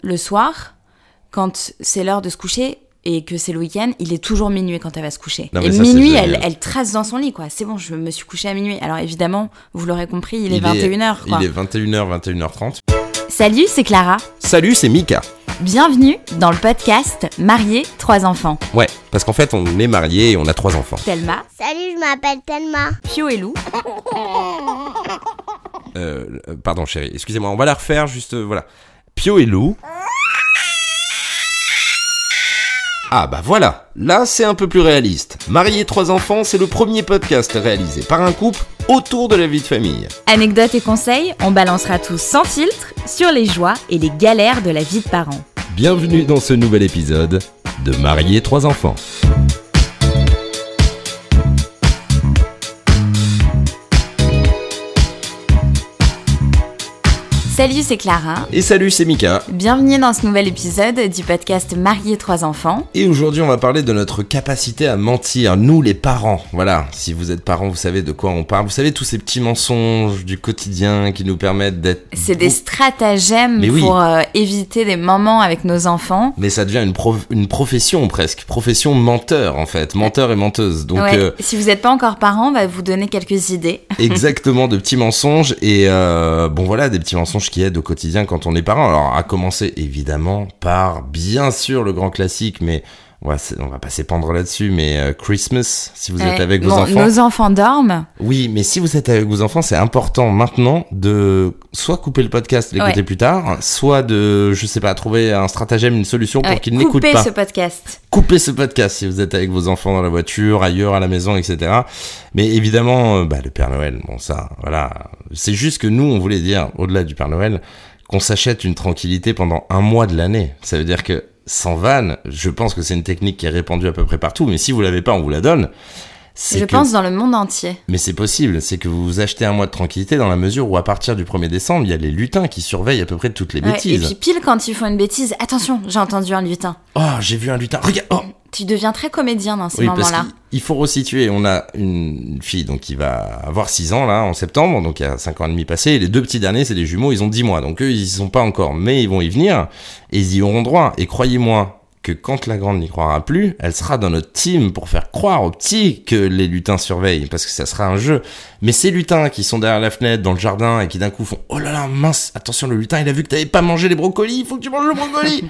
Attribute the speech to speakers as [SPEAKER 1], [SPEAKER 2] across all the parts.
[SPEAKER 1] le soir, quand c'est l'heure de se coucher et que c'est le week-end, il est toujours minuit quand elle va se coucher.
[SPEAKER 2] Non, mais
[SPEAKER 1] et
[SPEAKER 2] ça, c'est
[SPEAKER 1] minuit,
[SPEAKER 2] génial.
[SPEAKER 1] elle, elle trace dans son lit, quoi. C'est bon, je me suis couchée à minuit. Alors évidemment, vous l'aurez compris, il est
[SPEAKER 2] Il est-
[SPEAKER 1] 21h, quoi.
[SPEAKER 2] Il est 21h, 21h30.
[SPEAKER 1] Salut, c'est Clara.
[SPEAKER 2] Salut, c'est Mika.
[SPEAKER 1] Bienvenue dans le podcast Mariés, trois enfants.
[SPEAKER 2] Ouais, parce qu'en fait, on est mariés et on a trois enfants.
[SPEAKER 1] Thelma,
[SPEAKER 3] Salut, je m'appelle Thelma.
[SPEAKER 1] Pio et Lou.
[SPEAKER 2] Euh, euh, pardon, chérie, excusez-moi, on va la refaire juste. euh, voilà. Pio et Lou. Ah bah voilà, là c'est un peu plus réaliste. Mariés trois enfants, c'est le premier podcast réalisé par un couple autour de la vie de famille.
[SPEAKER 1] Anecdotes et conseils, on balancera tout sans filtre sur les joies et les galères de la vie de parents.
[SPEAKER 2] Bienvenue dans ce nouvel épisode de Mariés trois enfants.
[SPEAKER 1] Salut, c'est Clara.
[SPEAKER 2] Et salut, c'est Mika.
[SPEAKER 1] Bienvenue dans ce nouvel épisode du podcast Mariés, trois enfants.
[SPEAKER 2] Et aujourd'hui, on va parler de notre capacité à mentir, nous les parents. Voilà, si vous êtes parents, vous savez de quoi on parle. Vous savez tous ces petits mensonges du quotidien qui nous permettent d'être...
[SPEAKER 1] C'est des stratagèmes
[SPEAKER 2] Mais oui.
[SPEAKER 1] pour euh, éviter des moments avec nos enfants.
[SPEAKER 2] Mais ça devient une, prof- une profession presque, profession menteur en fait, menteur et menteuse. Donc
[SPEAKER 1] Ouais.
[SPEAKER 2] euh,
[SPEAKER 1] Si vous n'êtes pas encore parent, on va vous donner quelques idées.
[SPEAKER 2] exactement de petits mensonges et euh, bon voilà des petits mensonges qui aident au quotidien quand on est parent. Alors à commencer évidemment par bien sûr le grand classique, mais on va, on va pas s'épandre là-dessus, mais euh, Christmas si vous êtes
[SPEAKER 1] Ouais.
[SPEAKER 2] avec vos
[SPEAKER 1] Bon,
[SPEAKER 2] enfants.
[SPEAKER 1] Nos enfants dorment.
[SPEAKER 2] Oui, mais si vous êtes avec vos enfants, c'est important maintenant de soit couper le podcast, l'écouter
[SPEAKER 1] Ouais.
[SPEAKER 2] plus tard, soit de, je sais pas, trouver un stratagème, une solution pour
[SPEAKER 1] Ouais,
[SPEAKER 2] qu'ils n'écoutent
[SPEAKER 1] Coupez
[SPEAKER 2] pas.
[SPEAKER 1] ce podcast.
[SPEAKER 2] Coupez ce podcast si vous êtes avec vos enfants dans la voiture, ailleurs, à la maison, etc. Mais évidemment, euh, bah, le Père Noël, bon ça, voilà. C'est juste que nous, on voulait dire, au-delà du Père Noël, qu'on s'achète une tranquillité pendant un mois de l'année. Ça veut dire que, sans vanne, je pense que c'est une technique qui est répandue à peu près partout, mais si vous l'avez pas, on vous la donne. C'est
[SPEAKER 1] Je
[SPEAKER 2] que-
[SPEAKER 1] pense dans le monde entier.
[SPEAKER 2] mais c'est possible, c'est que vous vous achetez un mois de tranquillité dans la mesure où à partir du 1er décembre, il y a les lutins qui surveillent à peu près toutes les
[SPEAKER 1] Ouais, et
[SPEAKER 2] bêtises.
[SPEAKER 1] puis pile quand ils font une bêtise, attention, j'ai entendu un lutin.
[SPEAKER 2] Oh, j'ai vu un lutin. Regarde. Oh.
[SPEAKER 1] Tu deviens très comédien dans ces
[SPEAKER 2] Oui, parce
[SPEAKER 1] moments-là.
[SPEAKER 2] qu'il il faut resituer. On a une fille donc qui va avoir 6 ans là en septembre, donc il y a 5 ans et demi passé. Et les deux petits derniers, c'est des jumeaux, ils ont 10 mois. Donc eux, ils y sont pas encore, mais ils vont y venir et ils y auront droit. Et croyez-moi que quand la grande n'y croira plus, elle sera dans notre team pour faire croire aux petits que les lutins surveillent, parce que ça sera un jeu. Mais ces lutins qui sont derrière la fenêtre, dans le jardin, et qui d'un coup font « Oh là là, mince, attention le lutin, il a vu que t'avais pas mangé les brocolis, il faut que tu manges le brocoli !»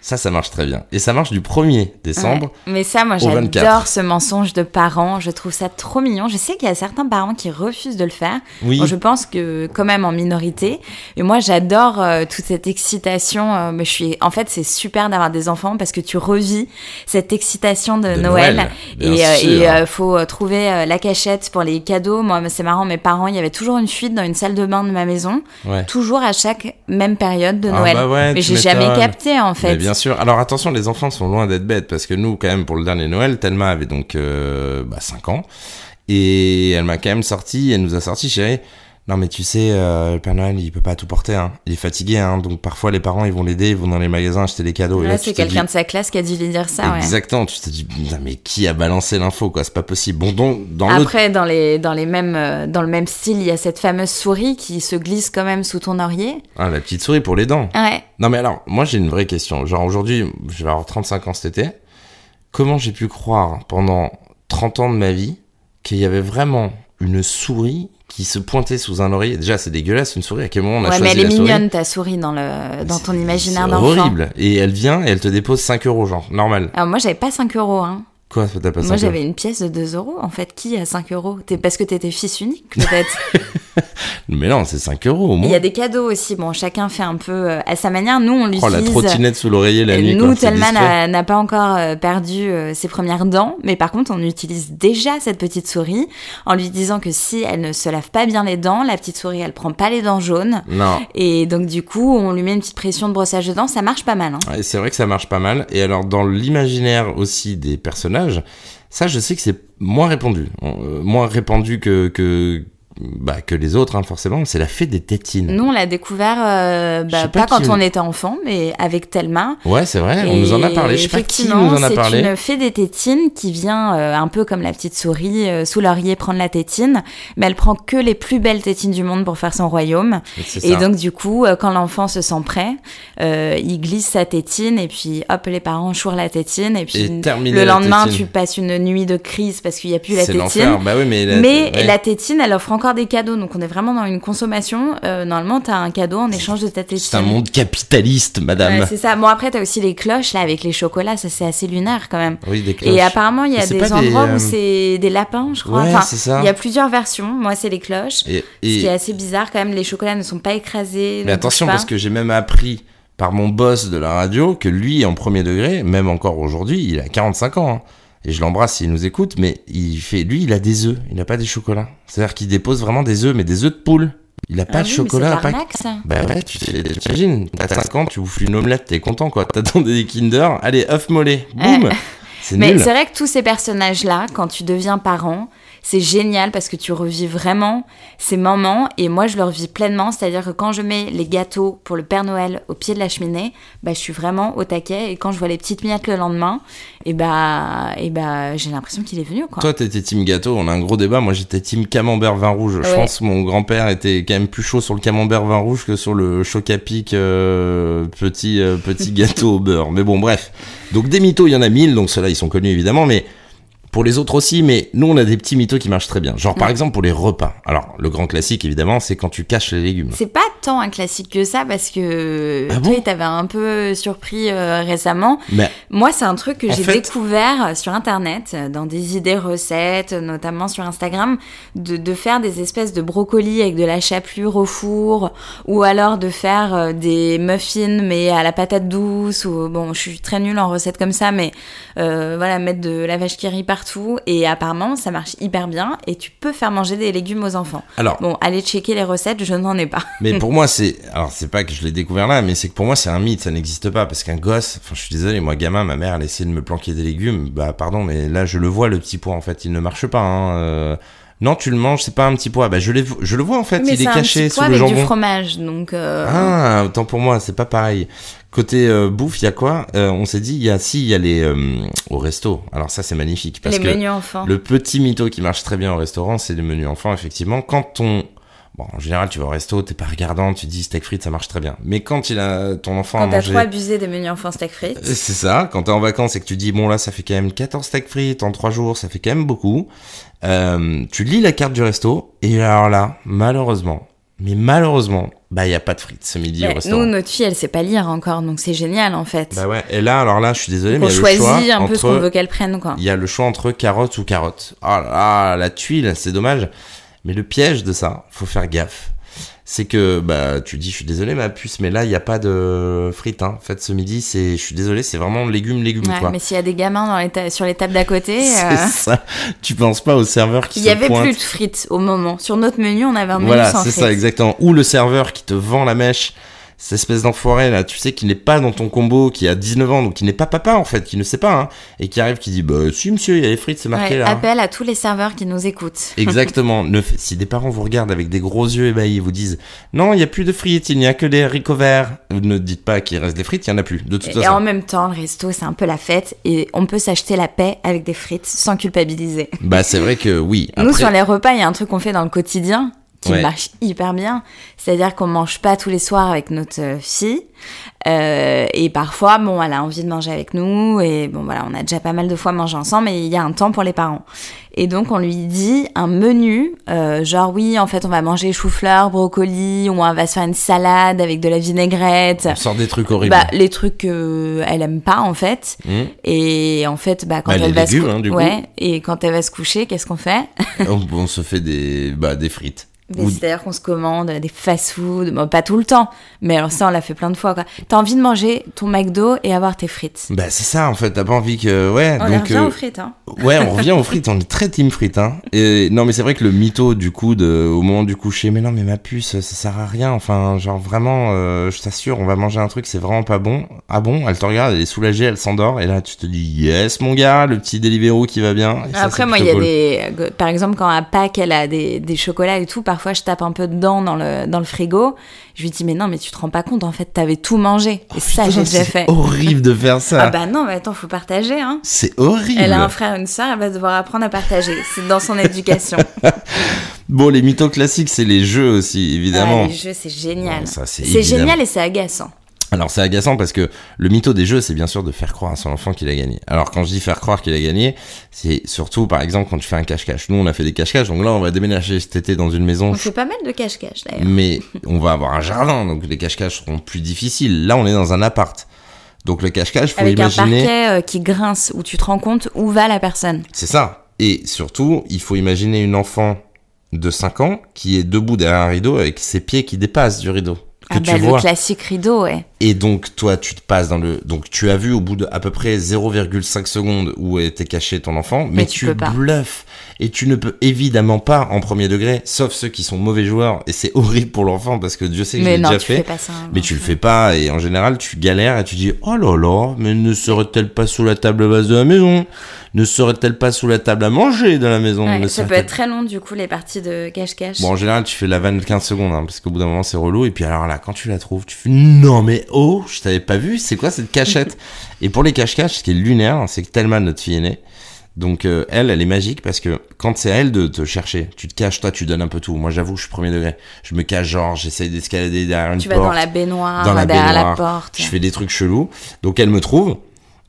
[SPEAKER 2] Ça, ça marche très bien. Et ça marche du 1er décembre
[SPEAKER 1] Ouais. Mais ça, moi,
[SPEAKER 2] 24.
[SPEAKER 1] j'adore ce mensonge de parents. Je trouve ça trop mignon. Je sais qu'il y a certains parents qui refusent de le faire.
[SPEAKER 2] Oui.
[SPEAKER 1] Bon, je pense que quand même en minorité. Et moi, j'adore euh, toute cette excitation. euh, mais je suis, en fait, c'est super d'avoir des enfants parce que tu revis cette excitation de,
[SPEAKER 2] De
[SPEAKER 1] Noël.
[SPEAKER 2] Euh, Noël, bien
[SPEAKER 1] et euh,
[SPEAKER 2] sûr.
[SPEAKER 1] et, euh, faut euh, trouver euh, la cachette pour les cadeaux. Moi, c'est marrant. Mes parents, il y avait toujours une fuite dans une salle de bain de ma maison,
[SPEAKER 2] Ouais.
[SPEAKER 1] toujours à chaque même période de
[SPEAKER 2] Ah
[SPEAKER 1] Noël.
[SPEAKER 2] bah ouais,
[SPEAKER 1] mais
[SPEAKER 2] tu
[SPEAKER 1] j'ai jamais
[SPEAKER 2] m'étonnes.
[SPEAKER 1] capté en fait.
[SPEAKER 2] Mais bien sûr. Alors attention, les enfants sont loin d'être bêtes parce que nous, quand même, pour le dernier Noël, Thelma avait donc euh, bah, 5 ans et elle m'a quand même sorti, elle nous a sorti, chérie. Non mais tu sais, euh, le Père Noël, il peut pas tout porter. Hein. Il est fatigué, hein, donc parfois les parents, ils vont l'aider, ils vont dans les magasins acheter des cadeaux. Et
[SPEAKER 1] Là,
[SPEAKER 2] là, tu
[SPEAKER 1] c'est
[SPEAKER 2] te dis-
[SPEAKER 1] quelqu'un de sa classe qui a dû lui dire ça. ouais.
[SPEAKER 2] Exactement. Tu te dis, putain, mais qui a balancé l'info quoi C'est pas possible. Bon, donc dans l'autre.
[SPEAKER 1] Après, dans, les, dans, les mêmes, euh, dans le même style, il y a cette fameuse souris qui se glisse quand même sous ton oreiller.
[SPEAKER 2] Ah, la petite souris pour les dents.
[SPEAKER 1] Ouais.
[SPEAKER 2] Non mais alors, moi j'ai une vraie question. Genre aujourd'hui, je vais avoir 35 ans cet été. Comment j'ai pu croire pendant 30 ans de ma vie qu'il y avait vraiment une souris qui se pointait sous un oreiller Déjà c'est dégueulasse une souris, à quel moment on a
[SPEAKER 1] ouais,
[SPEAKER 2] choisi
[SPEAKER 1] mais elle est
[SPEAKER 2] la souris
[SPEAKER 1] mignonne, ta souris, dans, le, dans
[SPEAKER 2] C'est-
[SPEAKER 1] ton imaginaire
[SPEAKER 2] c'est
[SPEAKER 1] d'enfant.
[SPEAKER 2] horrible. Et elle vient et elle te dépose 5 euros genre, normal.
[SPEAKER 1] Alors, moi, j'avais pas 5 euros. Hein.
[SPEAKER 2] Quoi, ça t'a pas
[SPEAKER 1] Moi,
[SPEAKER 2] 5 euros
[SPEAKER 1] j'avais une pièce de 2 euros. En fait, qui a 5 euros T'es- Parce que t'étais fils unique, peut-être.
[SPEAKER 2] Mais non, c'est 5 euros au
[SPEAKER 1] Il y
[SPEAKER 2] moins.
[SPEAKER 1] a des cadeaux aussi. Bon, chacun fait un peu euh, à sa manière. Nous, on l'utilise.
[SPEAKER 2] Oh la trottinette sous l'oreiller la
[SPEAKER 1] Et
[SPEAKER 2] nuit.
[SPEAKER 1] Nous,
[SPEAKER 2] quoi, c'est
[SPEAKER 1] Telman
[SPEAKER 2] discret.
[SPEAKER 1] n'a n'a pas encore euh, perdu euh, ses premières dents, mais par contre, on utilise déjà cette petite souris en lui disant que si elle ne se lave pas bien les dents, la petite souris, elle prend pas les dents jaunes.
[SPEAKER 2] Non.
[SPEAKER 1] Et donc, du coup, on lui met une petite pression de brossage de dents, ça marche pas mal. hein.
[SPEAKER 2] Ouais, c'est vrai que ça marche pas mal. Et alors, dans l'imaginaire aussi des personnages, ça, je sais que c'est moins répandu. On- euh, moins répandu que, que bah, que les autres, hein, forcément. C'est la fête des tétines.
[SPEAKER 1] Nous, on l'a découvert, euh, bah,
[SPEAKER 2] Je sais
[SPEAKER 1] pas,
[SPEAKER 2] pas
[SPEAKER 1] quand
[SPEAKER 2] qui-
[SPEAKER 1] on était enfant, mais avec Thelma.
[SPEAKER 2] Ouais, c'est vrai, on
[SPEAKER 1] Et
[SPEAKER 2] nous en a parlé. Je sais pas qui nous
[SPEAKER 1] effectivement,
[SPEAKER 2] en a parlé.
[SPEAKER 1] C'est une fée des tétines qui vient euh, un peu comme la petite souris euh, sous l'oreiller prendre la tétine, mais elle prend que les plus belles tétines du monde pour faire son royaume.
[SPEAKER 2] C'est
[SPEAKER 1] Et
[SPEAKER 2] ça.
[SPEAKER 1] donc du coup, euh, quand l'enfant se sent prêt, euh, il glisse sa tétine et puis hop, les parents chourent la tétine et puis
[SPEAKER 2] Et terminé
[SPEAKER 1] le
[SPEAKER 2] la
[SPEAKER 1] lendemain,
[SPEAKER 2] tétine.
[SPEAKER 1] tu passes une nuit de crise parce qu'il n'y a plus la
[SPEAKER 2] C'est
[SPEAKER 1] tétine.
[SPEAKER 2] l'enfer. Bah oui, mais la,
[SPEAKER 1] Mais
[SPEAKER 2] ouais.
[SPEAKER 1] la tétine, elle offre encore des cadeaux, donc on est vraiment dans une consommation. Euh, normalement, t'as un cadeau en échange de ta tétine.
[SPEAKER 2] c'est un monde capitaliste, madame.
[SPEAKER 1] Ouais, c'est ça. Bon, après, t'as aussi les cloches, là, avec les chocolats, ça c'est assez lunaire quand même.
[SPEAKER 2] oui, des cloches.
[SPEAKER 1] Et apparemment, il y a
[SPEAKER 2] Mais c'est
[SPEAKER 1] des
[SPEAKER 2] pas des,
[SPEAKER 1] endroits
[SPEAKER 2] euh,
[SPEAKER 1] où c'est des lapins, je crois.
[SPEAKER 2] Ouais,
[SPEAKER 1] enfin,
[SPEAKER 2] c'est ça.
[SPEAKER 1] il y a plusieurs versions. Moi, c'est les cloches.
[SPEAKER 2] Et-
[SPEAKER 1] Ce
[SPEAKER 2] et-
[SPEAKER 1] qui est assez bizarre quand même, les chocolats ne sont pas écrasés.
[SPEAKER 2] Mais
[SPEAKER 1] ne
[SPEAKER 2] attention,
[SPEAKER 1] bougent pas.
[SPEAKER 2] parce que j'ai même appris par mon boss de la radio que lui, en premier degré, même encore aujourd'hui, il a 45 ans. hein. Et je l'embrasse s'il nous écoute, mais il fait, lui, il a des œufs, il n'a pas des chocolats. C'est-à-dire qu'il dépose vraiment des œufs, mais des œufs de poule. Il a
[SPEAKER 1] Ah
[SPEAKER 2] pas de
[SPEAKER 1] oui, mais
[SPEAKER 2] chocolat,
[SPEAKER 1] C'est
[SPEAKER 2] pas.
[SPEAKER 1] l'arnaque, ça.
[SPEAKER 2] Bah ouais, tu t'imagines, t'as 5 ans, tu bouffes une omelette, t'es content quoi, t'attendais des Kinder, allez, œuf mollet, boum
[SPEAKER 1] Ouais.
[SPEAKER 2] C'est
[SPEAKER 1] Mais
[SPEAKER 2] nul
[SPEAKER 1] c'est vrai que tous ces personnages-là, quand tu deviens parent, c'est génial parce que tu revis vraiment ces moments et moi je le revis pleinement, c'est-à-dire que quand je mets les gâteaux pour le Père Noël au pied de la cheminée, bah, je suis vraiment au taquet et quand je vois les petites miettes le lendemain, et bah, et bah j'ai l'impression qu'il est venu quoi.
[SPEAKER 2] Toi, t'étais team gâteau, on a un gros débat. Moi, j'étais team camembert vin rouge. Je
[SPEAKER 1] Ouais.
[SPEAKER 2] pense que mon grand-père était quand même plus chaud sur le camembert vin rouge que sur le choc à pic euh, petit, euh, petit gâteau au beurre. Mais bon, bref. Donc, des mythos, il y en a mille. Donc, ceux-là, ils sont connus évidemment. Mais pour les autres aussi. Mais nous, on a des petits mythos qui marchent très bien. Genre, par exemple, pour les repas. Alors, le grand classique, évidemment, c'est quand tu caches les légumes.
[SPEAKER 1] C'est pas tant un classique que ça parce que
[SPEAKER 2] Ah
[SPEAKER 1] toi,
[SPEAKER 2] bon
[SPEAKER 1] t'avais un peu surpris euh, récemment.
[SPEAKER 2] Mais
[SPEAKER 1] Moi, c'est un truc que
[SPEAKER 2] En
[SPEAKER 1] j'ai
[SPEAKER 2] fait-
[SPEAKER 1] découvert sur Internet, euh, dans des idées recettes, euh, notamment sur Instagram, de, de faire des espèces de brocolis avec de la chapelure au four, ou alors de faire euh, des muffins mais à la patate douce, ou bon, je suis très nulle en recettes comme ça, mais euh, voilà, mettre de la vache qui rit partout, et apparemment, ça marche hyper bien, et tu peux faire manger des légumes aux enfants.
[SPEAKER 2] alors,
[SPEAKER 1] Bon, allez checker les recettes, je n'en ai pas.
[SPEAKER 2] Mais pour moi, c'est. Alors, c'est pas que je l'ai découvert là, mais c'est que pour moi, c'est un mythe, ça n'existe pas. Parce qu'un gosse. Enfin, je suis désolé, moi, gamin, ma mère, elle essayait de me planquer des légumes. Bah, pardon, mais là, je le vois, le petit pois, en fait. Il ne marche pas, hein. euh, Non, tu le manges, c'est pas un petit pois. Bah, je, l'ai- je le vois, en fait.
[SPEAKER 1] Mais
[SPEAKER 2] il est
[SPEAKER 1] c'est un
[SPEAKER 2] caché
[SPEAKER 1] petit
[SPEAKER 2] sous
[SPEAKER 1] pois
[SPEAKER 2] le
[SPEAKER 1] avec du
[SPEAKER 2] jambon.
[SPEAKER 1] fromage, donc... euh,
[SPEAKER 2] Ah, autant pour moi, c'est pas pareil. Côté euh, bouffe, il y a quoi Euh, On s'est dit, il y a. Si, il y a les. euh, au resto. Alors, ça, c'est magnifique. Parce
[SPEAKER 1] les
[SPEAKER 2] que.
[SPEAKER 1] menus enfants.
[SPEAKER 2] Le petit mytho qui marche très bien au restaurant, c'est les menus enfants, effectivement. Quand on. Bon, en général, tu vas au resto, t'es pas regardant, tu dis steak frites, ça marche très bien. Mais quand il a ton enfant à
[SPEAKER 1] Quand t'as
[SPEAKER 2] manger.
[SPEAKER 1] trop abusé des menus enfants steak frites.
[SPEAKER 2] Euh, C'est ça, quand t'es en vacances et que tu dis, bon là, ça fait quand même 14 steak frites en 3 jours, ça fait quand même beaucoup. Euh, tu lis la carte du resto, et alors là, malheureusement, mais malheureusement, bah, il y a pas de frites ce midi
[SPEAKER 1] Ouais,
[SPEAKER 2] au restaurant.
[SPEAKER 1] nous, notre fille, elle sait pas lire encore, donc c'est génial en fait.
[SPEAKER 2] Bah ouais, et là, alors là, je suis désolé,
[SPEAKER 1] Donc,
[SPEAKER 2] mais
[SPEAKER 1] on
[SPEAKER 2] il y a
[SPEAKER 1] choisit
[SPEAKER 2] le choix
[SPEAKER 1] un peu ce
[SPEAKER 2] entre-
[SPEAKER 1] qu'on veut qu'elle prenne, quoi.
[SPEAKER 2] Hein. Il y a le choix entre carotte ou carotte. Ah là là, la tuile, c'est dommage. Mais le piège de ça, faut faire gaffe. C'est que bah tu dis je suis désolé ma puce mais là il n'y a pas de frites hein. En fait ce midi c'est je suis désolé c'est vraiment légumes légumes
[SPEAKER 1] Ouais,
[SPEAKER 2] quoi.
[SPEAKER 1] mais s'il y a des gamins dans les ta- sur les tables d'à côté, euh,
[SPEAKER 2] C'est ça. Tu penses pas au serveur qui
[SPEAKER 1] il
[SPEAKER 2] se
[SPEAKER 1] y avait
[SPEAKER 2] pointe.
[SPEAKER 1] plus de frites au moment. Sur notre menu, on avait un menu
[SPEAKER 2] Voilà,
[SPEAKER 1] sans
[SPEAKER 2] c'est
[SPEAKER 1] frites.
[SPEAKER 2] ça exactement. Ou le serveur qui te vend la mèche. Cette espèce d'enfoiré là, tu sais qu'il n'est pas dans ton combo, qui a 19 ans, donc qui n'est pas papa en fait, qui ne sait pas, hein, et qui arrive qui dit bah si monsieur, il y a les frites, c'est marqué
[SPEAKER 1] Ouais,
[SPEAKER 2] là. hein.
[SPEAKER 1] Appel à tous les serveurs qui nous écoutent.
[SPEAKER 2] Exactement. Ne f- si des parents vous regardent avec des gros yeux ébahis et vous disent non, il n'y a plus de frites, il n'y a que des haricots verts, ne dites pas qu'il reste des frites, il n'y en a plus. De toute
[SPEAKER 1] Et en
[SPEAKER 2] façon.
[SPEAKER 1] même temps, le resto, c'est un peu la fête et on peut s'acheter la paix avec des frites sans culpabiliser.
[SPEAKER 2] Bah, c'est vrai que oui.
[SPEAKER 1] Nous,
[SPEAKER 2] Après,
[SPEAKER 1] sur les repas, il y a un truc qu'on fait dans le quotidien qui
[SPEAKER 2] Ouais.
[SPEAKER 1] marche hyper bien. C'est-à-dire qu'on mange pas tous les soirs avec notre euh, fille. Euh, et parfois, bon, elle a envie de manger avec nous. Et bon, voilà, on a déjà pas mal de fois mangé ensemble, mais il y a un temps pour les parents. Et donc, on lui dit un menu, euh, genre, oui, en fait, on va manger chou-fleur, brocoli, ou on va se faire une salade avec de la vinaigrette.
[SPEAKER 2] on sort des trucs horribles.
[SPEAKER 1] Bah, les trucs qu'elle aime pas, en fait.
[SPEAKER 2] Hmm
[SPEAKER 1] Et en fait, bah, quand
[SPEAKER 2] Bah,
[SPEAKER 1] elle
[SPEAKER 2] les
[SPEAKER 1] va se
[SPEAKER 2] légumes,
[SPEAKER 1] cou-
[SPEAKER 2] hein, du coup.
[SPEAKER 1] ouais, et quand elle va se coucher, qu'est-ce qu'on fait
[SPEAKER 2] on, on se fait des, bah, des frites.
[SPEAKER 1] Mais
[SPEAKER 2] Ou-
[SPEAKER 1] C'est-à-dire qu'on se commande des fast-food, bon, pas tout le temps, mais alors ça on l'a fait plein de fois quoi. T'as envie de manger ton McDo et avoir tes frites.
[SPEAKER 2] Bah c'est ça en fait, t'as pas envie que ouais.
[SPEAKER 1] On y
[SPEAKER 2] donc
[SPEAKER 1] revient
[SPEAKER 2] euh,
[SPEAKER 1] aux frites, hein.
[SPEAKER 2] ouais, on revient aux frites, on est très team frites hein. Et non mais c'est vrai que le mytho du coup de au moment du coucher, mais non mais ma puce ça sert à rien. Enfin genre vraiment, euh, je t'assure, on va manger un truc c'est vraiment pas bon. Ah bon Elle te regarde, elle est soulagée, elle s'endort et là tu te dis yes mon gars, le petit Deliveroo qui va bien. Et ça, c'est
[SPEAKER 1] Après, moi, il y a
[SPEAKER 2] plutôt cool.
[SPEAKER 1] des. Par exemple, quand à Pâques, elle a des, des chocolats et tout, parfois je tape un peu dedans dans le, dans le frigo. Je lui dis, mais non, mais tu te rends pas compte, en fait, t'avais tout mangé. Et ça,
[SPEAKER 2] Oh, Putain,
[SPEAKER 1] j'ai déjà
[SPEAKER 2] c'est
[SPEAKER 1] fait.
[SPEAKER 2] Horrible de faire ça.
[SPEAKER 1] Ah bah non, mais attends, faut partager, hein.
[SPEAKER 2] C'est horrible.
[SPEAKER 1] Elle a un frère, une sœur, elle va devoir apprendre à partager. C'est dans son éducation.
[SPEAKER 2] Bon, les mythos classiques, c'est les jeux aussi, évidemment.
[SPEAKER 1] Ah, les jeux, c'est génial.
[SPEAKER 2] Ouais, ça, c'est
[SPEAKER 1] c'est
[SPEAKER 2] évidemment.
[SPEAKER 1] génial et c'est agaçant.
[SPEAKER 2] Alors c'est agaçant parce que le mytho des jeux, c'est bien sûr de faire croire à son enfant qu'il a gagné. Alors quand je dis faire croire qu'il a gagné, c'est surtout par exemple quand tu fais un cache-cache. Nous, on a fait des cache-cache, donc là, on va déménager cet été dans une maison.
[SPEAKER 1] On fait pas mal de cache-cache, d'ailleurs.
[SPEAKER 2] Mais on va avoir un jardin, donc les cache-cache seront plus difficiles. Là, on est dans un appart. Donc le cache-cache, faut
[SPEAKER 1] Avec un
[SPEAKER 2] imaginer...
[SPEAKER 1] parquet euh, qui grince, où tu te rends compte où va la personne.
[SPEAKER 2] C'est ça. Et surtout, il faut imaginer une enfant de 5 ans qui est debout derrière un rideau avec ses pieds qui dépassent du rideau. Que
[SPEAKER 1] ah
[SPEAKER 2] tu
[SPEAKER 1] bah, le
[SPEAKER 2] vois.
[SPEAKER 1] classique rideau, ouais.
[SPEAKER 2] Et donc, toi, tu te passes dans le. Donc, tu as vu au bout de à peu près 0,5 secondes où était caché ton enfant, mais,
[SPEAKER 1] Mais tu
[SPEAKER 2] tu,
[SPEAKER 1] peux pas.
[SPEAKER 2] bluffes. Et tu ne peux évidemment pas en premier degré, sauf ceux qui sont mauvais joueurs. Et c'est horrible pour l'enfant parce que Dieu sait que je
[SPEAKER 1] Mais
[SPEAKER 2] l'ai
[SPEAKER 1] non,
[SPEAKER 2] déjà
[SPEAKER 1] tu
[SPEAKER 2] fait.
[SPEAKER 1] fais pas ça. hein.
[SPEAKER 2] Mais
[SPEAKER 1] non.
[SPEAKER 2] tu le fais pas, et en général, tu galères et tu dis Oh là là, mais ne serait-elle pas sous la table basse de la maison Ne serait-elle pas sous la table à manger de la maison
[SPEAKER 1] Ouais,
[SPEAKER 2] Ne
[SPEAKER 1] ça peut
[SPEAKER 2] serait-elle-
[SPEAKER 1] être très long du coup les parties de cache-cache.
[SPEAKER 2] Bon, en général, tu fais la vanne de 15 secondes, hein, parce qu'au bout d'un moment, c'est relou. Et puis alors là, quand tu la trouves, tu fais Non, mais oh, je t'avais pas vu, c'est quoi cette cachette Et pour les cache-cache, ce qui est lunaire, c'est que Thelma, notre fille aînée, donc euh, elle, elle est magique parce que quand c'est à elle de te chercher, tu te caches, toi, tu donnes un peu tout. Moi, j'avoue, je suis premier degré. Je me cache, genre, j'essaye d'escalader derrière une
[SPEAKER 1] tu vas
[SPEAKER 2] porte.
[SPEAKER 1] dans la baignoire,
[SPEAKER 2] dans la
[SPEAKER 1] derrière
[SPEAKER 2] baignoire,
[SPEAKER 1] la porte.
[SPEAKER 2] Je fais des trucs chelous. Donc elle me trouve.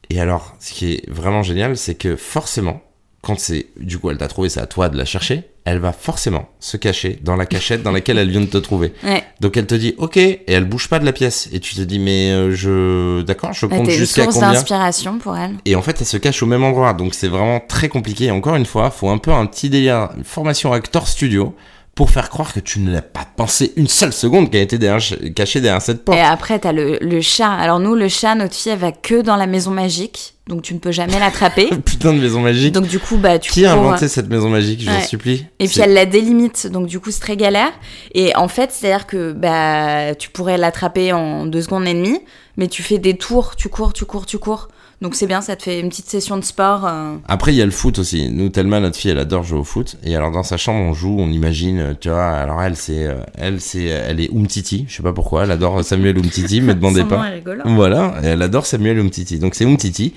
[SPEAKER 2] Et alors, ce qui est vraiment génial, c'est que forcément, quand c'est, du coup, elle t'a trouvé, c'est à toi de la chercher. Elle va forcément se cacher dans la cachette dans laquelle elle vient de te trouver.
[SPEAKER 1] Ouais.
[SPEAKER 2] Donc elle te dit OK et elle bouge pas de la pièce. Et tu te dis mais euh, je d'accord, je
[SPEAKER 1] Ouais,
[SPEAKER 2] compte
[SPEAKER 1] T'es une
[SPEAKER 2] jusqu'à
[SPEAKER 1] source
[SPEAKER 2] combien
[SPEAKER 1] d'inspiration pour elle.
[SPEAKER 2] Et en fait, elle se cache au même endroit. Donc c'est vraiment très compliqué. Et encore une fois, faut un peu un petit délire, une formation acteur studio pour faire croire que tu ne l'as pas pensé une seule seconde qu'elle était derrière- cachée derrière cette porte.
[SPEAKER 1] Et après, t'as le, le chat. Alors nous, le chat, notre fille, elle va que dans la maison magique, donc tu ne peux jamais l'attraper.
[SPEAKER 2] Putain de maison magique.
[SPEAKER 1] donc du coup, bah tu
[SPEAKER 2] Qui a
[SPEAKER 1] cours,
[SPEAKER 2] inventé
[SPEAKER 1] euh,
[SPEAKER 2] cette maison magique, je vous
[SPEAKER 1] Ouais.
[SPEAKER 2] supplie
[SPEAKER 1] Et puis
[SPEAKER 2] C'est-
[SPEAKER 1] elle la délimite, donc du coup c'est très galère. Et en fait, c'est-à-dire que bah tu pourrais l'attraper en deux secondes et demie, mais tu fais des tours, tu cours, tu cours, tu cours. Donc c'est bien, ça te fait une petite session de sport. euh.
[SPEAKER 2] Après, il y a le foot aussi. Nous, Thelma, notre fille, elle adore jouer au foot. Et alors, dans sa chambre, on joue, on imagine, euh, tu vois. Alors, elle, c'est, euh, elle, c'est, elle est Umtiti. Je sais pas pourquoi. Elle adore Samuel Umtiti. Me demandez
[SPEAKER 1] Son nom
[SPEAKER 2] pas.
[SPEAKER 1] est rigolo.
[SPEAKER 2] Voilà. Et elle adore Samuel Umtiti. Donc, c'est Umtiti.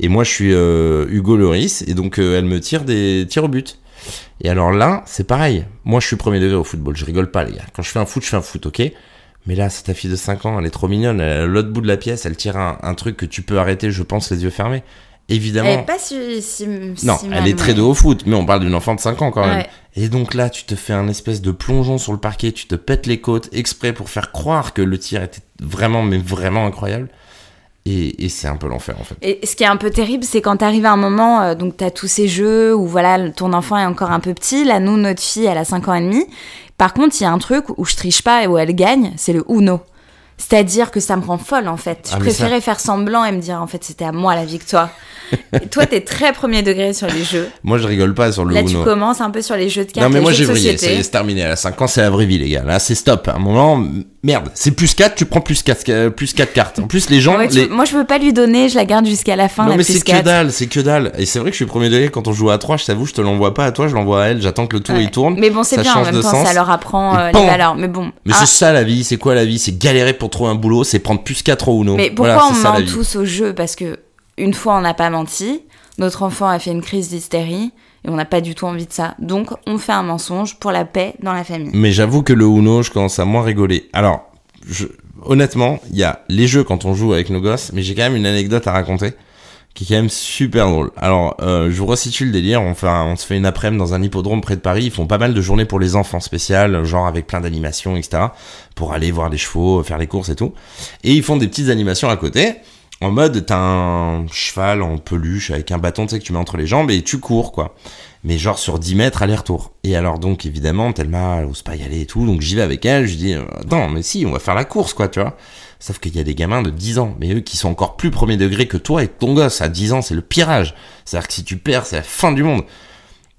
[SPEAKER 2] Et moi, je suis euh, Hugo Loris. Et donc, euh, elle me tire des tirs au but. Et alors là, c'est pareil. Moi, je suis premier degré au football. Je rigole pas, les gars. Quand je fais un foot, je fais un foot, ok? Mais là, c'est ta fille de 5 ans, elle est trop mignonne, elle est à l'autre bout de la pièce, elle tire un, un truc que tu peux arrêter, je pense, les yeux fermés. Évidemment.
[SPEAKER 1] Elle est pas si, si-
[SPEAKER 2] Non,
[SPEAKER 1] si
[SPEAKER 2] elle
[SPEAKER 1] mal,
[SPEAKER 2] est très
[SPEAKER 1] mais-
[SPEAKER 2] de haut foot, mais on parle d'une enfant de 5 ans quand même.
[SPEAKER 1] Ouais.
[SPEAKER 2] Et donc là, tu te fais un espèce de plongeon sur le parquet, tu te pètes les côtes exprès pour faire croire que le tir était vraiment, mais vraiment incroyable. Et, et c'est un peu l'enfer en fait.
[SPEAKER 1] Et ce qui est un peu terrible, c'est quand t'arrives à un moment, euh, donc t'as tous ces jeux où voilà, le- ton enfant est encore un peu petit. Là, nous, notre fille, elle a 5 ans et demi. Par contre, il y a un truc où je triche pas et où elle gagne, c'est le Uno. C'est-à-dire que ça me rend folle en fait. Je
[SPEAKER 2] Ah, mais ça-
[SPEAKER 1] préférais faire semblant et me dire en fait c'était à moi la victoire. et toi t'es très premier degré sur les jeux.
[SPEAKER 2] Moi, je rigole pas sur le
[SPEAKER 1] Là
[SPEAKER 2] Uno.
[SPEAKER 1] tu commences un peu sur les jeux de cartes.
[SPEAKER 2] Non mais
[SPEAKER 1] les
[SPEAKER 2] moi
[SPEAKER 1] jeux
[SPEAKER 2] j'ai
[SPEAKER 1] de
[SPEAKER 2] vrillé, ça y
[SPEAKER 1] société.
[SPEAKER 2] est, c'est terminé. À 5 ans c'est la vraie vie les gars. Là c'est stop. À un moment, merde, c'est plus 4, tu prends plus 4, plus 4 cartes. En plus les gens...
[SPEAKER 1] Ah Ouais, tu-
[SPEAKER 2] les...
[SPEAKER 1] Moi je veux pas lui donner, je la garde jusqu'à la fin.
[SPEAKER 2] Non
[SPEAKER 1] la
[SPEAKER 2] mais
[SPEAKER 1] plus
[SPEAKER 2] c'est que
[SPEAKER 1] quatre.
[SPEAKER 2] dalle, c'est que dalle. Et c'est vrai que je suis premier degré quand on joue à 3, je t'avoue, je te l'envoie pas à toi, je l'envoie à elle, j'attends que le tour
[SPEAKER 1] Ouais.
[SPEAKER 2] il tourne.
[SPEAKER 1] Mais bon c'est
[SPEAKER 2] ça
[SPEAKER 1] bien en
[SPEAKER 2] change
[SPEAKER 1] même
[SPEAKER 2] de
[SPEAKER 1] temps
[SPEAKER 2] sens.
[SPEAKER 1] ça leur apprend
[SPEAKER 2] Et
[SPEAKER 1] euh, les
[SPEAKER 2] pan.
[SPEAKER 1] valeurs. Mais bon.
[SPEAKER 2] Mais
[SPEAKER 1] Ah,
[SPEAKER 2] c'est ça la vie, c'est quoi la vie C'est galérer pour trouver un boulot, c'est prendre plus 4 au Uno.
[SPEAKER 1] Mais pourquoi
[SPEAKER 2] Voilà,
[SPEAKER 1] on
[SPEAKER 2] c'est ça, la
[SPEAKER 1] ment
[SPEAKER 2] vie.
[SPEAKER 1] tous au jeu Parce que une fois, on n'a pas menti, notre enfant a fait une crise d'hystérie et on n'a pas du tout envie de ça. Donc, on fait un mensonge pour la paix dans la famille.
[SPEAKER 2] Mais j'avoue que le Uno, je commence à moins rigoler. Alors, je- honnêtement, il y a les jeux quand on joue avec nos gosses, mais j'ai quand même une anecdote à raconter qui est quand même super drôle. Alors, euh, je vous resitue le délire, on, fait un- on se fait une après-midi dans un hippodrome près de Paris, ils font pas mal de journées pour les enfants spéciales, genre avec plein d'animations, etc., pour aller voir les chevaux, faire les courses et tout. Et ils font des petites animations à côté. en mode t'as un cheval en peluche avec un bâton tu sais, que tu mets entre les jambes et tu cours quoi. Mais genre sur 10 mètres aller-retour. Et alors donc évidemment Thelma elle ose pas y aller et tout, donc j'y vais avec elle, je lui dis euh, attends mais si on va faire la course quoi tu vois. Sauf qu'il y a des gamins de 10 ans, mais eux qui sont encore plus premier degré que toi et ton gosse à 10 ans c'est le pirage. C'est-à-dire que si tu perds c'est la fin du monde.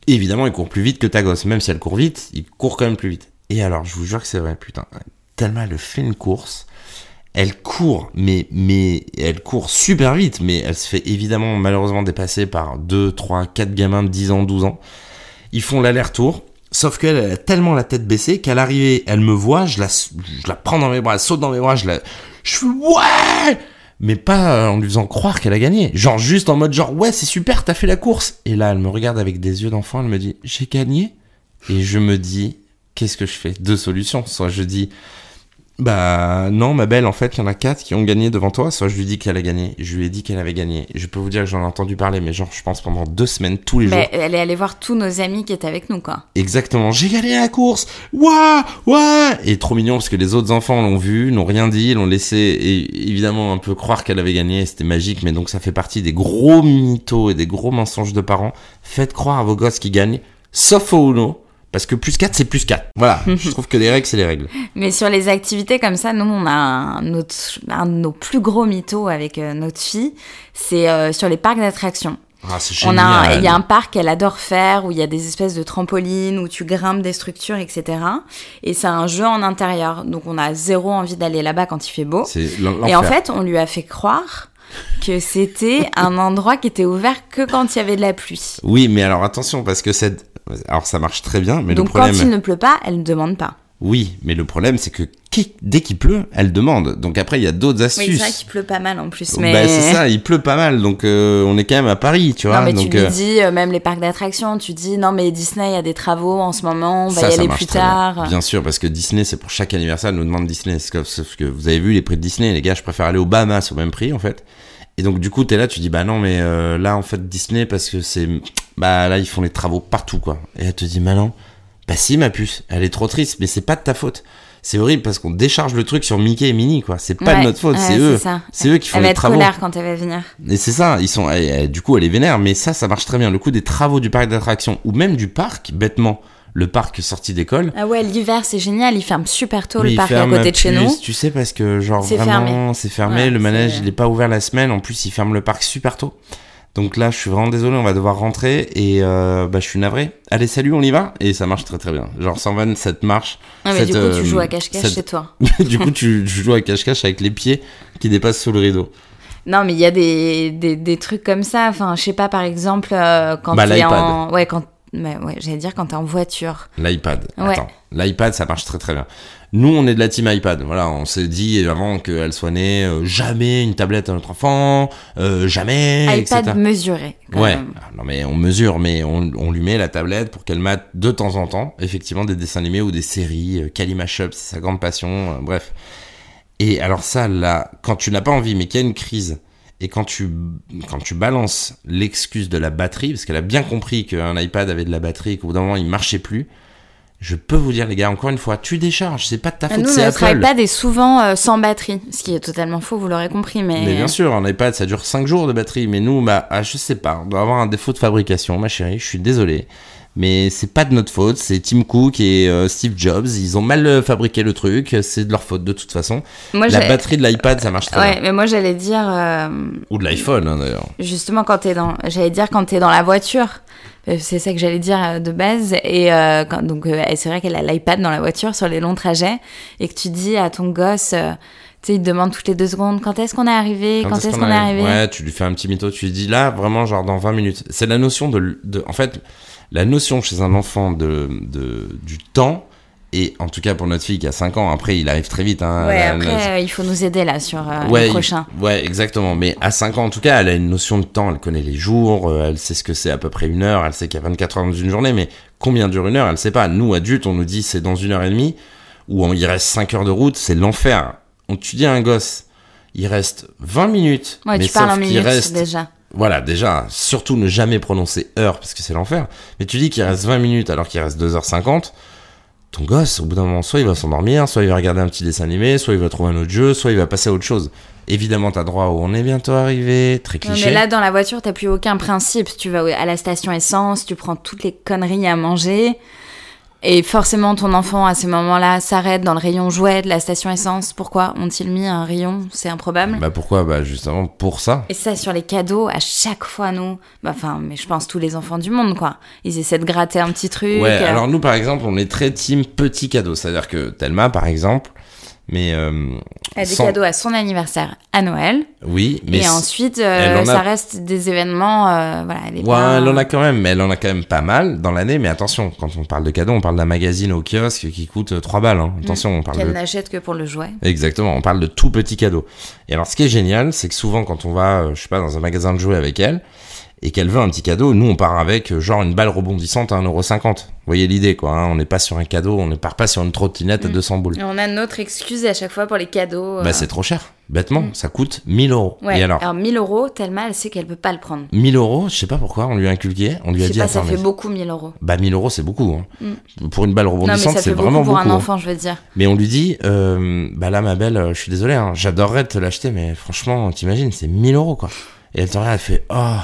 [SPEAKER 2] Et évidemment ils courent plus vite que ta gosse, même si elle court vite, ils courent quand même plus vite. Et alors je vous jure que c'est vrai putain, Thelma elle fait une course elle court, mais, mais elle court super vite, mais elle se fait évidemment malheureusement dépasser par 2, 3, 4 gamins de 10 ans, 12 ans. Ils font l'aller-retour, sauf qu'elle elle a tellement la tête baissée qu'à l'arrivée, elle me voit, je la, je la prends dans mes bras, elle saute dans mes bras, je la... Je fais ouais Mais pas euh, en lui faisant croire qu'elle a gagné, genre juste en mode genre ouais c'est super, t'as fait la course. Et là, elle me regarde avec des yeux d'enfant, elle me dit j'ai gagné. Et je me dis qu'est-ce que je fais Deux solutions, soit je dis... Bah non, ma belle, en fait, il y en a quatre qui ont gagné devant toi. Soit je lui dis qu'elle a gagné, je lui ai dit qu'elle avait gagné. Je peux vous dire que j'en ai entendu parler, mais genre, je pense pendant deux semaines, tous les
[SPEAKER 1] Mais
[SPEAKER 2] jours.
[SPEAKER 1] elle est allée voir tous nos amis qui étaient avec nous, quoi.
[SPEAKER 2] Exactement, j'ai gagné la course Ouah Ouah Et trop mignon, parce que les autres enfants l'ont vu, n'ont rien dit, l'ont laissé, et évidemment, un peu croire qu'elle avait gagné, c'était magique, mais donc ça fait partie des gros mythos et des gros mensonges de parents. Faites croire à vos gosses qui gagnent, sauf au Uno, parce que plus 4, c'est plus 4. Voilà, je trouve que les règles, c'est les règles.
[SPEAKER 1] Mais sur les activités comme ça, nous, on a un, autre, un de nos plus gros mythos avec euh, notre fille, c'est euh, sur les parcs d'attractions.
[SPEAKER 2] Ah, c'est
[SPEAKER 1] On a, un-
[SPEAKER 2] génial.
[SPEAKER 1] il y a un parc qu'elle adore faire où il y a des espèces de trampolines où tu grimpes des structures, etc. Et c'est un jeu en intérieur, donc on a zéro envie d'aller là-bas quand il fait beau.
[SPEAKER 2] C'est l'en-
[SPEAKER 1] Et en
[SPEAKER 2] l'enfer.
[SPEAKER 1] fait, on lui a fait croire que c'était un endroit qui était ouvert que quand il y avait de la pluie.
[SPEAKER 2] Oui, mais alors attention, parce que cette. Alors ça marche très bien, mais
[SPEAKER 1] donc
[SPEAKER 2] le problème.
[SPEAKER 1] quand il ne pleut pas, elle ne demande pas.
[SPEAKER 2] Oui, mais le problème, c'est que qui- dès qu'il pleut, elle demande. Donc après, il y a d'autres
[SPEAKER 1] Oui,
[SPEAKER 2] astuces.
[SPEAKER 1] c'est vrai qu'il pleut pas mal en plus, mais...
[SPEAKER 2] Bah, c'est ça, il pleut pas mal, donc euh, on est quand même à Paris, tu vois.
[SPEAKER 1] non, mais tu
[SPEAKER 2] donc,
[SPEAKER 1] lui
[SPEAKER 2] euh,
[SPEAKER 1] dis, euh, même les parcs d'attractions, tu dis, non, mais Disney a des travaux en ce moment, on va
[SPEAKER 2] ça,
[SPEAKER 1] y
[SPEAKER 2] ça
[SPEAKER 1] aller
[SPEAKER 2] marche
[SPEAKER 1] plus
[SPEAKER 2] très bien.
[SPEAKER 1] tard.
[SPEAKER 2] Bien. sûr, parce que Disney, c'est pour chaque anniversaire, elle nous demande Disney. Sauf que- Sauf que vous avez vu les prix de Disney, les gars, je préfère aller aux Bahamas au même prix, en fait. Et donc, du coup, t'es là, tu dis, bah non, mais euh, là, en fait, Disney, parce que c'est. Bah là, ils font les travaux partout, quoi. Et elle te dit, bah non. Bah si, ma puce, elle est trop triste, mais c'est pas de ta faute. C'est horrible parce qu'on décharge le truc sur Mickey et Minnie, quoi. C'est pas
[SPEAKER 1] Ouais,
[SPEAKER 2] de notre faute,
[SPEAKER 1] ouais,
[SPEAKER 2] c'est eux.
[SPEAKER 1] ça.
[SPEAKER 2] C'est eux qui font
[SPEAKER 1] Elle va
[SPEAKER 2] les
[SPEAKER 1] être
[SPEAKER 2] travaux.
[SPEAKER 1] colère quand elle va venir.
[SPEAKER 2] Et c'est ça, ils sont, elle- elle- du coup, elle est vénère, mais ça, ça marche très bien. Le coup des travaux du parc d'attractions ou même du parc, bêtement, le parc sorti d'école,
[SPEAKER 1] Ah ouais, l'hiver, c'est génial, il ferme super tôt
[SPEAKER 2] oui,
[SPEAKER 1] le
[SPEAKER 2] il
[SPEAKER 1] parc à
[SPEAKER 2] ferme
[SPEAKER 1] côté de chez
[SPEAKER 2] plus,
[SPEAKER 1] nous.
[SPEAKER 2] Tu sais, parce que, genre,
[SPEAKER 1] C'est
[SPEAKER 2] vraiment, c'est fermé.
[SPEAKER 1] Ouais,
[SPEAKER 2] le manège,
[SPEAKER 1] c'est-
[SPEAKER 2] il est pas ouvert la semaine. En plus, il ferme le parc super tôt. Donc là, je suis vraiment désolé, on va devoir rentrer. Et euh, bah, je suis navré. Allez, salut, on y va. Et ça marche très très bien. Genre, 127 marches.
[SPEAKER 1] Ah, mais
[SPEAKER 2] cette,
[SPEAKER 1] du coup,
[SPEAKER 2] euh,
[SPEAKER 1] tu joues à cache-cache
[SPEAKER 2] cette-
[SPEAKER 1] chez toi.
[SPEAKER 2] du coup, tu, tu joues à cache-cache avec les pieds qui dépassent sous le rideau.
[SPEAKER 1] Non, mais il y a des, des, des trucs comme ça. Enfin, je sais pas, par exemple, euh, quand
[SPEAKER 2] Bah,
[SPEAKER 1] t'es
[SPEAKER 2] l'iPad.
[SPEAKER 1] en. Ouais, quand. mais ouais, j'allais dire quand t'es en voiture.
[SPEAKER 2] L'iPad.
[SPEAKER 1] Ouais.
[SPEAKER 2] Attends. L'iPad, ça marche très très bien. Nous, on est de la team iPad. Voilà, on s'est dit avant qu'elle soit née, euh, jamais une tablette à notre enfant, euh, jamais,
[SPEAKER 1] iPad
[SPEAKER 2] etc.
[SPEAKER 1] mesuré. quand
[SPEAKER 2] Ouais,
[SPEAKER 1] même.
[SPEAKER 2] Ah, non mais on mesure, mais on, on lui met la tablette pour qu'elle mate de temps en temps, effectivement, des dessins animés ou des séries. Euh, Kali Mashup, c'est sa grande passion, euh, bref. Et alors ça, là, quand tu n'as pas envie, mais qu'il y a une crise, et quand tu, quand tu balances l'excuse de la batterie, parce qu'elle a bien compris qu'un iPad avait de la batterie, et qu'au bout d'un moment, il marchait plus, je peux vous dire, les gars, encore une fois, tu décharges, c'est pas de ta
[SPEAKER 1] Ah,
[SPEAKER 2] faute,
[SPEAKER 1] Nous,
[SPEAKER 2] c'est
[SPEAKER 1] notre
[SPEAKER 2] Apple.
[SPEAKER 1] iPad est souvent euh, sans batterie, ce qui est totalement faux, vous l'aurez compris, mais.
[SPEAKER 2] Mais bien sûr, un iPad, ça dure 5 jours de batterie. Mais nous, bah, ah, je sais pas, on doit avoir un défaut de fabrication, ma chérie. Je suis désolé. Mais c'est pas de notre faute. C'est Tim Cook et euh, Steve Jobs. Ils ont mal euh, fabriqué le truc. C'est de leur faute de toute façon.
[SPEAKER 1] Moi,
[SPEAKER 2] La
[SPEAKER 1] j'ai-
[SPEAKER 2] batterie de l'iPad, ça marche très
[SPEAKER 1] Ouais,
[SPEAKER 2] bien.
[SPEAKER 1] mais moi j'allais dire euh,
[SPEAKER 2] Ou de l'iPhone, hein, d'ailleurs.
[SPEAKER 1] justement quand t'es dans, j'allais dire quand t'es dans la voiture, Euh, c'est ça que j'allais dire euh, de base. Et euh, quand- donc euh, c'est vrai qu'elle a l'iPad dans la voiture sur les longs trajets et que tu dis à ton gosse, euh, tu sais, il te demande toutes les deux secondes quand est-ce qu'on est arrivé, quand, est-ce qu'on est arrivé.
[SPEAKER 2] Ouais, tu lui fais un petit mytho, tu lui dis là, vraiment, genre dans 20 minutes. C'est la notion de, de- En fait, la notion chez un enfant de, de, du temps, et en tout cas pour notre fille qui a 5 ans, après, il arrive très vite. Hein,
[SPEAKER 1] Ouais,
[SPEAKER 2] La- la-
[SPEAKER 1] après euh, il faut nous aider là sur euh,
[SPEAKER 2] ouais,
[SPEAKER 1] le prochain.
[SPEAKER 2] il- ouais, exactement. Mais à 5 ans, en tout cas, elle a une notion de temps. Elle connaît les jours, euh, elle sait ce que c'est à peu près une heure, elle sait qu'il y a 24 heures dans une journée, mais combien dure une heure, elle sait pas. Nous, adultes, on nous dit c'est dans une heure et demie, ou en- il reste 5 heures de route, c'est l'enfer. On tu dis à un gosse, il reste 20 minutes,
[SPEAKER 1] Ouais,
[SPEAKER 2] mais
[SPEAKER 1] tu parles
[SPEAKER 2] sauf
[SPEAKER 1] en
[SPEAKER 2] qu'il
[SPEAKER 1] minutes
[SPEAKER 2] reste
[SPEAKER 1] déjà.
[SPEAKER 2] voilà, déjà, surtout ne jamais prononcer heure parce que c'est l'enfer. Mais tu dis qu'il reste 20 minutes alors qu'il reste 2h50. ton gosse, au bout d'un moment, soit il va s'endormir, soit il va regarder un petit dessin animé, soit il va trouver un autre jeu, soit il va passer à autre chose. Évidemment, t'as droit où on est bientôt arrivé, très
[SPEAKER 1] Non,
[SPEAKER 2] cliché.
[SPEAKER 1] mais là, dans la voiture, t'as plus aucun principe. Tu vas à la station essence, tu prends toutes les conneries à manger. Et forcément, ton enfant, à ces moments-là, s'arrête dans le rayon jouets de la station essence. Pourquoi ont-ils mis un rayon C'est improbable.
[SPEAKER 2] Bah pourquoi Bah justement pour ça.
[SPEAKER 1] Et ça, sur les cadeaux, à chaque fois, nous... bah, Enfin, mais je pense tous les enfants du monde, quoi. Ils essaient de gratter un petit truc.
[SPEAKER 2] Ouais,
[SPEAKER 1] euh,
[SPEAKER 2] alors nous par exemple, on est très team petit cadeau, c'est-à-dire que Thelma par exemple, mais euh,
[SPEAKER 1] elle a des
[SPEAKER 2] sans-
[SPEAKER 1] cadeaux à son anniversaire, à Noël.
[SPEAKER 2] Oui, mais
[SPEAKER 1] et
[SPEAKER 2] s-
[SPEAKER 1] ensuite,
[SPEAKER 2] elle
[SPEAKER 1] euh,
[SPEAKER 2] en a-
[SPEAKER 1] ça reste des événements... euh, voilà, elle est
[SPEAKER 2] Ouais,
[SPEAKER 1] pas-
[SPEAKER 2] elle en a quand même, mais elle en a quand même pas mal dans l'année. Mais attention, quand on parle de cadeaux, on parle d'un magazine au kiosque qui coûte euh, 3 balles. hein. Attention, on parle
[SPEAKER 1] Mmh. Qu'elle
[SPEAKER 2] de
[SPEAKER 1] n'achète que pour le jouet.
[SPEAKER 2] Exactement, on parle de tout petit cadeau. Et alors ce qui est génial, c'est que souvent quand on va, euh, je sais pas, dans un magasin de jouets avec elle, et qu'elle veut un petit cadeau, nous on part avec euh, genre une balle rebondissante à 1,50€. Vous voyez l'idée quoi, hein, on n'est pas sur un cadeau, on ne part pas sur une trottinette à
[SPEAKER 1] Mm.
[SPEAKER 2] 200 boules.
[SPEAKER 1] Et on a notre excuse à chaque fois pour les cadeaux. euh,
[SPEAKER 2] Bah c'est trop cher, bêtement, ça coûte 1000 euros.
[SPEAKER 1] Mmh. Ouais.
[SPEAKER 2] Et alors,
[SPEAKER 1] 1000 euros, Thelma, elle sait qu'elle peut pas le prendre.
[SPEAKER 2] 1000 euros, je sais pas pourquoi, on lui a inculqué, on lui
[SPEAKER 1] Je
[SPEAKER 2] a
[SPEAKER 1] sais
[SPEAKER 2] dit
[SPEAKER 1] pas, ça
[SPEAKER 2] attends,
[SPEAKER 1] fait
[SPEAKER 2] mais-
[SPEAKER 1] beaucoup 1000 euros.
[SPEAKER 2] bah 1000 euros c'est beaucoup. hein. Pour une balle
[SPEAKER 1] Mm. Non, mais
[SPEAKER 2] rebondissante
[SPEAKER 1] ça
[SPEAKER 2] c'est
[SPEAKER 1] fait beaucoup
[SPEAKER 2] vraiment
[SPEAKER 1] pour
[SPEAKER 2] beaucoup.
[SPEAKER 1] un
[SPEAKER 2] hein.
[SPEAKER 1] enfant, je veux dire.
[SPEAKER 2] Mais on lui dit, euh, bah là, ma belle, euh, je suis désolé, hein, j'adorerais te l'acheter, mais franchement, t'imagines, c'est 1000 euros, quoi. Et elle te regarde, elle fait, oh,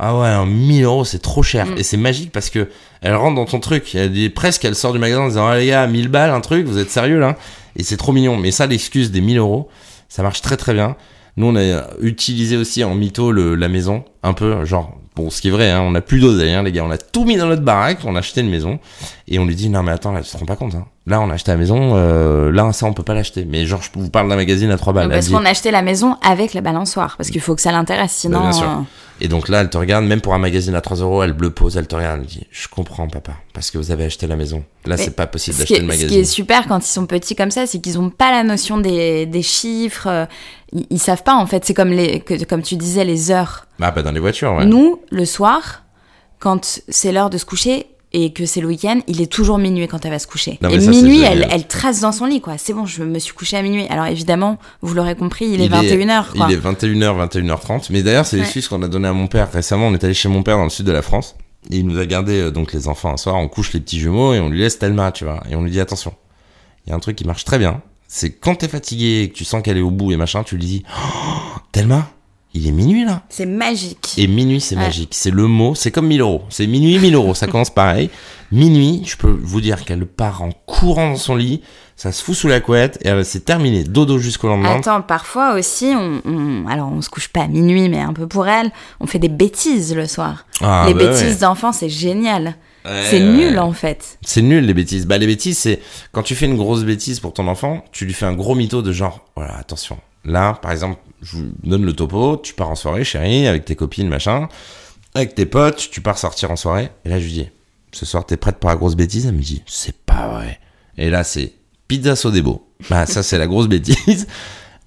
[SPEAKER 2] ah ouais, non, 1000 euros, c'est trop cher. Et c'est magique parce que elle rentre dans ton truc. Elle dit presque, elle sort du magasin en disant, ah les gars, 1000 balles, un truc, vous êtes sérieux, là? Et c'est trop mignon. Mais ça, l'excuse des 1000 euros, ça marche très très bien. Nous, on a utilisé aussi en mytho le- la maison, un peu, genre, bon, ce qui est vrai, hein, on n'a plus d'oseille, hein, les gars, on a tout mis dans notre baraque, on a acheté une maison, et on lui dit, non, mais attends, là, tu te rends pas compte, hein. Là, on a acheté la maison, euh, là, ça, on peut pas l'acheter. Mais genre, je vous parle d'un magazine à trois balles.
[SPEAKER 1] Donc,
[SPEAKER 2] Bah, Elle
[SPEAKER 1] parce
[SPEAKER 2] dit-
[SPEAKER 1] qu'on a acheté la maison avec la balançoire, parce qu'il faut que ça l'intéresse, sinon.
[SPEAKER 2] Bah, bien sûr.
[SPEAKER 1] euh,
[SPEAKER 2] Et donc là, elle te regarde, même pour un magazine à 3 euros, elle le pose, elle te regarde, elle dit, je comprends, papa, parce que vous avez acheté la maison. Là,
[SPEAKER 1] Mais
[SPEAKER 2] c'est pas possible
[SPEAKER 1] Ce qui,
[SPEAKER 2] d'acheter le
[SPEAKER 1] est, ce qui
[SPEAKER 2] magazine.
[SPEAKER 1] est super quand ils sont petits comme ça, c'est qu'ils n'ont pas la notion des, des chiffres. euh, Ils, ils savent pas en fait. C'est comme les, que, comme tu disais, les heures.
[SPEAKER 2] Ah, bah, dans les voitures, ouais.
[SPEAKER 1] Nous, le soir, quand c'est l'heure de se coucher et que c'est le week-end, il est toujours minuit quand elle va se coucher.
[SPEAKER 2] Non, mais
[SPEAKER 1] et
[SPEAKER 2] ça, c'est
[SPEAKER 1] minuit,
[SPEAKER 2] génial.
[SPEAKER 1] elle, elle trace dans son lit, quoi. C'est bon, je me suis couchée à minuit. Alors évidemment, vous l'aurez compris, il est
[SPEAKER 2] Il est-
[SPEAKER 1] 21h, quoi.
[SPEAKER 2] Il est 21h, 21h30. Mais d'ailleurs, c'est
[SPEAKER 1] Ouais.
[SPEAKER 2] l'excuse qu'on a donné à mon père récemment. On est allé chez mon père dans le sud de la France. Et il nous a gardé euh, donc les enfants un soir. On couche les petits jumeaux et on lui laisse Thelma, tu vois. Et on lui dit attention. Il y a un truc qui marche très bien. C'est quand t'es fatigué et que tu sens qu'elle est au bout et machin, tu lui dis Oh, Thelma, il est minuit là.
[SPEAKER 1] C'est magique.
[SPEAKER 2] Et minuit, c'est
[SPEAKER 1] Ouais.
[SPEAKER 2] magique. C'est le mot. C'est comme 1000 euros. C'est minuit, 1000 euros. Ça commence pareil. Minuit, je peux vous dire qu'elle part en courant dans son lit. Ça se fout sous la couette et elle- c'est terminé. Dodo jusqu'au lendemain.
[SPEAKER 1] Attends, parfois aussi, on, on- alors on se couche pas à minuit, mais un peu pour elle, on fait des bêtises le soir.
[SPEAKER 2] Ah,
[SPEAKER 1] les
[SPEAKER 2] bah ouais.
[SPEAKER 1] bêtises d'enfants, c'est génial.
[SPEAKER 2] Ouais,
[SPEAKER 1] c'est
[SPEAKER 2] ouais,
[SPEAKER 1] nul
[SPEAKER 2] ouais.
[SPEAKER 1] en fait.
[SPEAKER 2] C'est nul les bêtises. Bah les bêtises c'est quand tu fais une grosse bêtise pour ton enfant, tu lui fais un gros mytho de genre voilà attention. Là par exemple, je vous donne le topo, tu pars en soirée chérie avec tes copines machin, avec tes potes, tu pars sortir en soirée et là je lui dis ce soir t'es prête pour la grosse bêtise Elle me dit c'est pas vrai. Et là c'est pizza Sodebo. Bah ça c'est la grosse bêtise.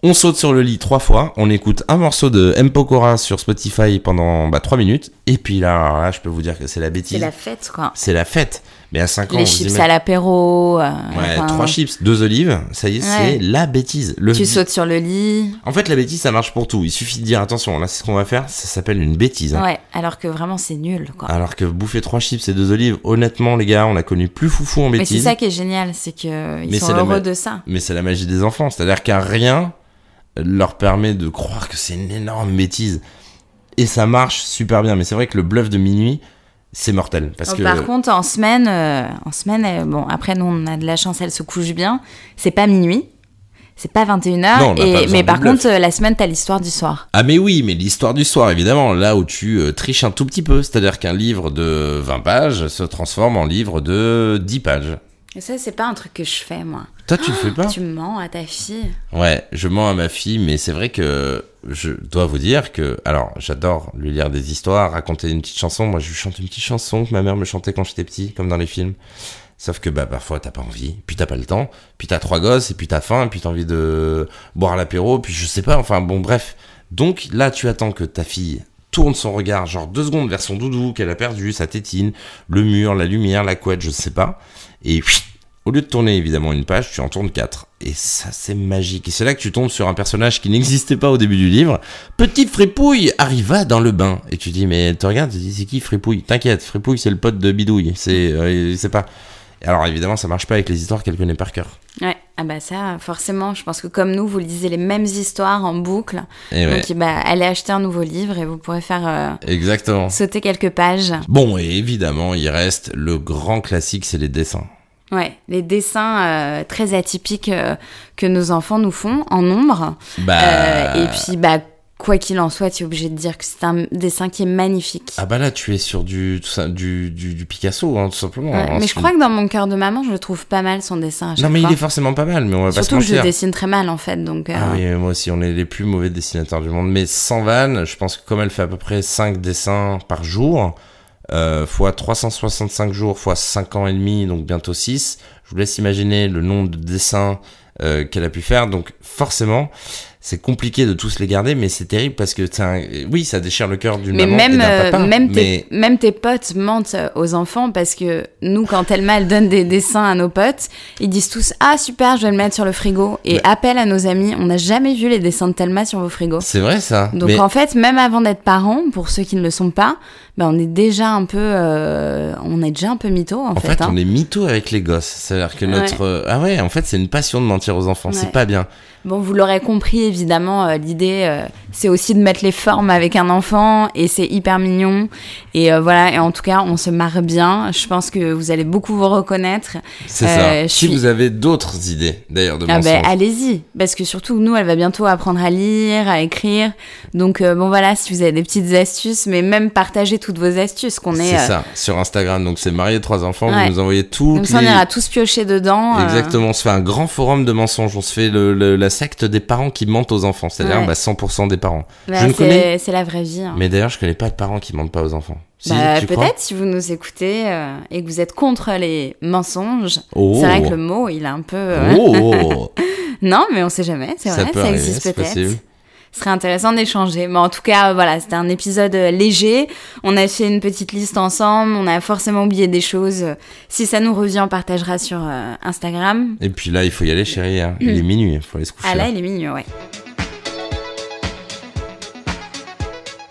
[SPEAKER 2] On saute sur le lit trois fois, on écoute un morceau de M Pokora sur Spotify pendant bah, trois minutes et puis là, alors là, je peux vous dire que c'est la
[SPEAKER 1] C'est
[SPEAKER 2] bêtise.
[SPEAKER 1] la fête, quoi.
[SPEAKER 2] C'est la fête. Mais à 5 ans,
[SPEAKER 1] les
[SPEAKER 2] on se dit,
[SPEAKER 1] chips
[SPEAKER 2] mais-
[SPEAKER 1] à l'apéro. euh,
[SPEAKER 2] Ouais,
[SPEAKER 1] enfin,
[SPEAKER 2] trois chips, deux olives, ça y est, c'est
[SPEAKER 1] Ouais.
[SPEAKER 2] la bêtise. Le
[SPEAKER 1] tu sautes sur le lit.
[SPEAKER 2] En fait, la bêtise, ça marche pour tout. Il suffit de dire attention, là, c'est ce qu'on va faire, ça s'appelle une bêtise. hein.
[SPEAKER 1] Ouais, alors que vraiment c'est nul, quoi.
[SPEAKER 2] Alors que bouffer trois chips et deux olives, honnêtement, les gars, on a connu plus foufou en
[SPEAKER 1] Mais c'est
[SPEAKER 2] bêtise.
[SPEAKER 1] ça qui est génial, c'est que
[SPEAKER 2] Mais
[SPEAKER 1] ils sont
[SPEAKER 2] c'est la ma-
[SPEAKER 1] heureux de ça.
[SPEAKER 2] Mais c'est la magie des enfants. C'est-à-dire qu'un rien leur permet de croire que c'est une énorme bêtise. Et ça marche super bien. Mais c'est vrai que le bluff de minuit, c'est mortel. Parce
[SPEAKER 1] Donc,
[SPEAKER 2] que.
[SPEAKER 1] Oh, Par contre, en semaine, euh, en semaine, euh, bon, après nous on a de la chance, elle se couche bien. C'est pas minuit, c'est pas 21h.
[SPEAKER 2] Non, on n'a pas besoin
[SPEAKER 1] mais
[SPEAKER 2] de
[SPEAKER 1] par
[SPEAKER 2] bluff.
[SPEAKER 1] contre, euh, la semaine t'as l'histoire du soir.
[SPEAKER 2] Ah mais oui, mais l'histoire du soir, évidemment, là où tu euh, triches un tout petit peu, c'est-à-dire qu'un livre de 20 pages se transforme en livre de 10 pages.
[SPEAKER 1] Et ça, c'est pas un truc que je fais, moi.
[SPEAKER 2] Toi, tu le fais pas
[SPEAKER 1] Ah, Tu mens à ta fille.
[SPEAKER 2] Ouais, je mens à ma fille, mais c'est vrai que je dois vous dire que, alors, j'adore lui lire des histoires, raconter une petite chanson. Moi, je lui chante une petite chanson que ma mère me chantait quand j'étais petit, comme dans les films. Sauf que, bah, parfois, t'as pas envie, puis t'as pas le temps, puis t'as trois gosses, et puis t'as faim, et puis t'as envie de boire l'apéro, puis je sais pas, enfin, bon, bref. Donc, là, tu attends que ta fille tourne son regard, genre deux secondes vers son doudou qu'elle a perdu, sa tétine, le mur, la lumière, la couette, je sais pas. Et au lieu de tourner évidemment une page, tu en tournes quatre. Et ça, c'est magique. Et c'est là que tu tombes sur un personnage qui n'existait pas au début du livre. Petite Fripouille arriva dans le bain. Et tu dis, mais tu regardes, tu dis, c'est qui Fripouille T'inquiète, Fripouille, c'est le pote de Bidouille. C'est, euh, c'est pas. Et alors évidemment, ça marche pas avec les histoires qu'elle connaît par cœur.
[SPEAKER 1] Ouais, ah bah ça, forcément, je pense que comme nous, vous lisez les mêmes histoires en boucle.
[SPEAKER 2] Et ouais,
[SPEAKER 1] Donc, eh bah, allez acheter un nouveau livre et vous pourrez faire euh,
[SPEAKER 2] exactement.
[SPEAKER 1] sauter quelques pages.
[SPEAKER 2] Bon, et évidemment, il reste le grand classique, c'est les dessins.
[SPEAKER 1] Ouais, les dessins euh, très atypiques euh, que nos enfants nous font en nombre.
[SPEAKER 2] Bah.
[SPEAKER 1] Euh, et puis, bah, quoi qu'il en soit, tu es obligé de dire que c'est un dessin qui est magnifique.
[SPEAKER 2] Ah bah là, tu es sur du, tout ça, du, du, du Picasso, hein, tout simplement.
[SPEAKER 1] Ouais,
[SPEAKER 2] hein,
[SPEAKER 1] mais
[SPEAKER 2] c'est-
[SPEAKER 1] je crois que dans mon cœur de maman, je le trouve pas mal son dessin à chaque
[SPEAKER 2] Non, mais
[SPEAKER 1] fois.
[SPEAKER 2] il est forcément pas mal, mais on va
[SPEAKER 1] Surtout
[SPEAKER 2] pas
[SPEAKER 1] que
[SPEAKER 2] se
[SPEAKER 1] je
[SPEAKER 2] mentir.
[SPEAKER 1] dessine très mal en fait, donc. euh,
[SPEAKER 2] Ah oui, moi aussi, on est les plus mauvais dessinateurs du monde. Mais sans vanne, je pense que comme elle fait à peu près 5 dessins par jour, euh, fois 365 jours, fois 5 ans et demi, donc bientôt 6, je vous laisse imaginer le nombre de dessins euh, qu'elle a pu faire. Donc forcément, c'est compliqué de tous les garder, mais c'est terrible parce que, c'est un- oui, ça déchire le cœur d'une
[SPEAKER 1] Mais
[SPEAKER 2] maman et
[SPEAKER 1] même,
[SPEAKER 2] d'un
[SPEAKER 1] euh,
[SPEAKER 2] papa.
[SPEAKER 1] même,
[SPEAKER 2] mais...
[SPEAKER 1] tes, même tes potes mentent euh, aux enfants parce que nous, quand Elma, elle donne des dessins à nos potes, ils disent tous Ah super, je vais le mettre sur le frigo. Et
[SPEAKER 2] Mais-
[SPEAKER 1] appel à nos amis, on n'a jamais vu les dessins de Thelma sur vos frigos.
[SPEAKER 2] C'est vrai ça.
[SPEAKER 1] Donc
[SPEAKER 2] mais...
[SPEAKER 1] en fait, même avant d'être parents, pour ceux qui ne le sont pas, ben on est déjà un peu, euh, on est déjà un peu mytho en,
[SPEAKER 2] En fait,
[SPEAKER 1] hein.
[SPEAKER 2] on est mytho avec les gosses. C'est-à-dire que notre. Ah ouais, en fait, c'est une passion de mentir aux enfants.
[SPEAKER 1] Ouais.
[SPEAKER 2] C'est pas bien.
[SPEAKER 1] Bon, vous l'aurez compris évidemment, euh, l'idée euh, c'est aussi de mettre les formes avec un enfant et c'est hyper mignon et euh, voilà et en tout cas on se marre bien. Je pense que vous allez beaucoup vous reconnaître.
[SPEAKER 2] C'est
[SPEAKER 1] Euh,
[SPEAKER 2] ça.
[SPEAKER 1] je
[SPEAKER 2] Si
[SPEAKER 1] suis-
[SPEAKER 2] vous avez d'autres idées, d'ailleurs, de
[SPEAKER 1] Ah
[SPEAKER 2] mensonges.
[SPEAKER 1] ben allez-y parce que surtout nous elle va bientôt apprendre à lire, à écrire. Donc euh, bon voilà si vous avez des petites astuces, mais même partagez toutes vos astuces qu'on est.
[SPEAKER 2] c'est
[SPEAKER 1] euh,
[SPEAKER 2] ça. Sur Instagram, donc c'est marié trois enfants.
[SPEAKER 1] Ouais.
[SPEAKER 2] Vous nous envoyez tout.
[SPEAKER 1] Comme ça on ira tous piocher dedans. euh,
[SPEAKER 2] Exactement, on se fait un grand forum de mensonges. On se fait le, le- la secte des parents qui mentent aux enfants, c'est-à-dire
[SPEAKER 1] Ouais.
[SPEAKER 2] bah, 100% des parents.
[SPEAKER 1] bah,
[SPEAKER 2] je ne
[SPEAKER 1] c'est-
[SPEAKER 2] connais-
[SPEAKER 1] C'est la vraie vie. hein.
[SPEAKER 2] Mais d'ailleurs, je connais pas de parents qui mentent pas aux enfants. Si,
[SPEAKER 1] Bah,
[SPEAKER 2] tu crois
[SPEAKER 1] peut-être si vous nous écoutez euh, et que vous êtes contre les mensonges.
[SPEAKER 2] Oh.
[SPEAKER 1] C'est vrai que le mot, il a un peu. euh,
[SPEAKER 2] Oh,
[SPEAKER 1] Non, mais on sait jamais. C'est
[SPEAKER 2] ça
[SPEAKER 1] vrai,
[SPEAKER 2] peut
[SPEAKER 1] ça
[SPEAKER 2] arriver,
[SPEAKER 1] existe
[SPEAKER 2] c'est
[SPEAKER 1] peut-être.
[SPEAKER 2] possible.
[SPEAKER 1] Ce serait intéressant d'échanger. Mais en tout cas, euh, voilà, c'était un épisode euh, léger. On a fait une petite liste ensemble. On a forcément oublié des choses. Euh, Si ça nous revient, on partagera sur euh, Instagram.
[SPEAKER 2] Et puis là, il faut y aller, chérie. hein. Il est minuit, il faut aller se coucher.
[SPEAKER 1] Ah là, il est mignon, ouais.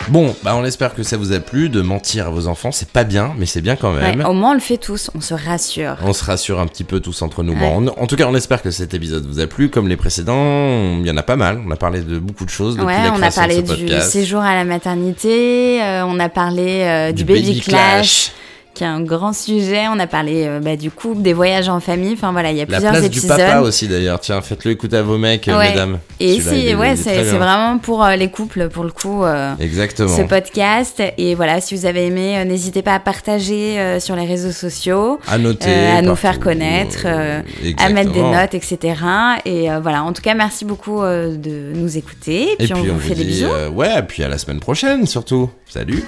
[SPEAKER 2] Bon, bah on espère que ça vous a plu. De mentir à vos enfants, c'est pas bien, Bah, mais c'est bien quand
[SPEAKER 1] Ouais,
[SPEAKER 2] même.
[SPEAKER 1] Au moins, on le fait tous. On se rassure.
[SPEAKER 2] On se rassure un petit peu tous entre nous.
[SPEAKER 1] Ouais.
[SPEAKER 2] Bon, on- en tout cas, on espère que cet épisode vous a plu. Comme les précédents, on- il y en a pas mal. On a parlé de beaucoup de choses depuis
[SPEAKER 1] Ouais,
[SPEAKER 2] la
[SPEAKER 1] on a
[SPEAKER 2] création
[SPEAKER 1] parlé
[SPEAKER 2] de ce
[SPEAKER 1] du
[SPEAKER 2] podcast.
[SPEAKER 1] séjour à la maternité, euh, on a parlé euh, du, baby, clash, qui est un grand sujet. On a parlé euh, bah, du couple, des voyages en famille. Enfin voilà, il y a
[SPEAKER 2] La
[SPEAKER 1] plusieurs
[SPEAKER 2] place du
[SPEAKER 1] épisodes.
[SPEAKER 2] papa aussi d'ailleurs. Tiens, faites-le écouter à vos mecs, euh,
[SPEAKER 1] Ouais.
[SPEAKER 2] mesdames.
[SPEAKER 1] Et
[SPEAKER 2] Celui-là, il
[SPEAKER 1] essayez,
[SPEAKER 2] est- il
[SPEAKER 1] ouais,
[SPEAKER 2] est
[SPEAKER 1] c'est
[SPEAKER 2] très
[SPEAKER 1] c'est
[SPEAKER 2] bien.
[SPEAKER 1] vraiment pour euh, les couples, pour le coup. euh,
[SPEAKER 2] Exactement.
[SPEAKER 1] Ce podcast et voilà si vous avez aimé euh, n'hésitez pas à partager euh, sur les réseaux sociaux
[SPEAKER 2] À noter,
[SPEAKER 1] euh, à nous
[SPEAKER 2] partout.
[SPEAKER 1] faire connaître, euh, à
[SPEAKER 2] Exactement.
[SPEAKER 1] mettre des notes etc et euh, voilà en tout cas merci beaucoup euh, de nous écouter
[SPEAKER 2] Et
[SPEAKER 1] puis, on vous fait des
[SPEAKER 2] dit,
[SPEAKER 1] bisous
[SPEAKER 2] euh, ouais, puis à la semaine prochaine surtout. Salut.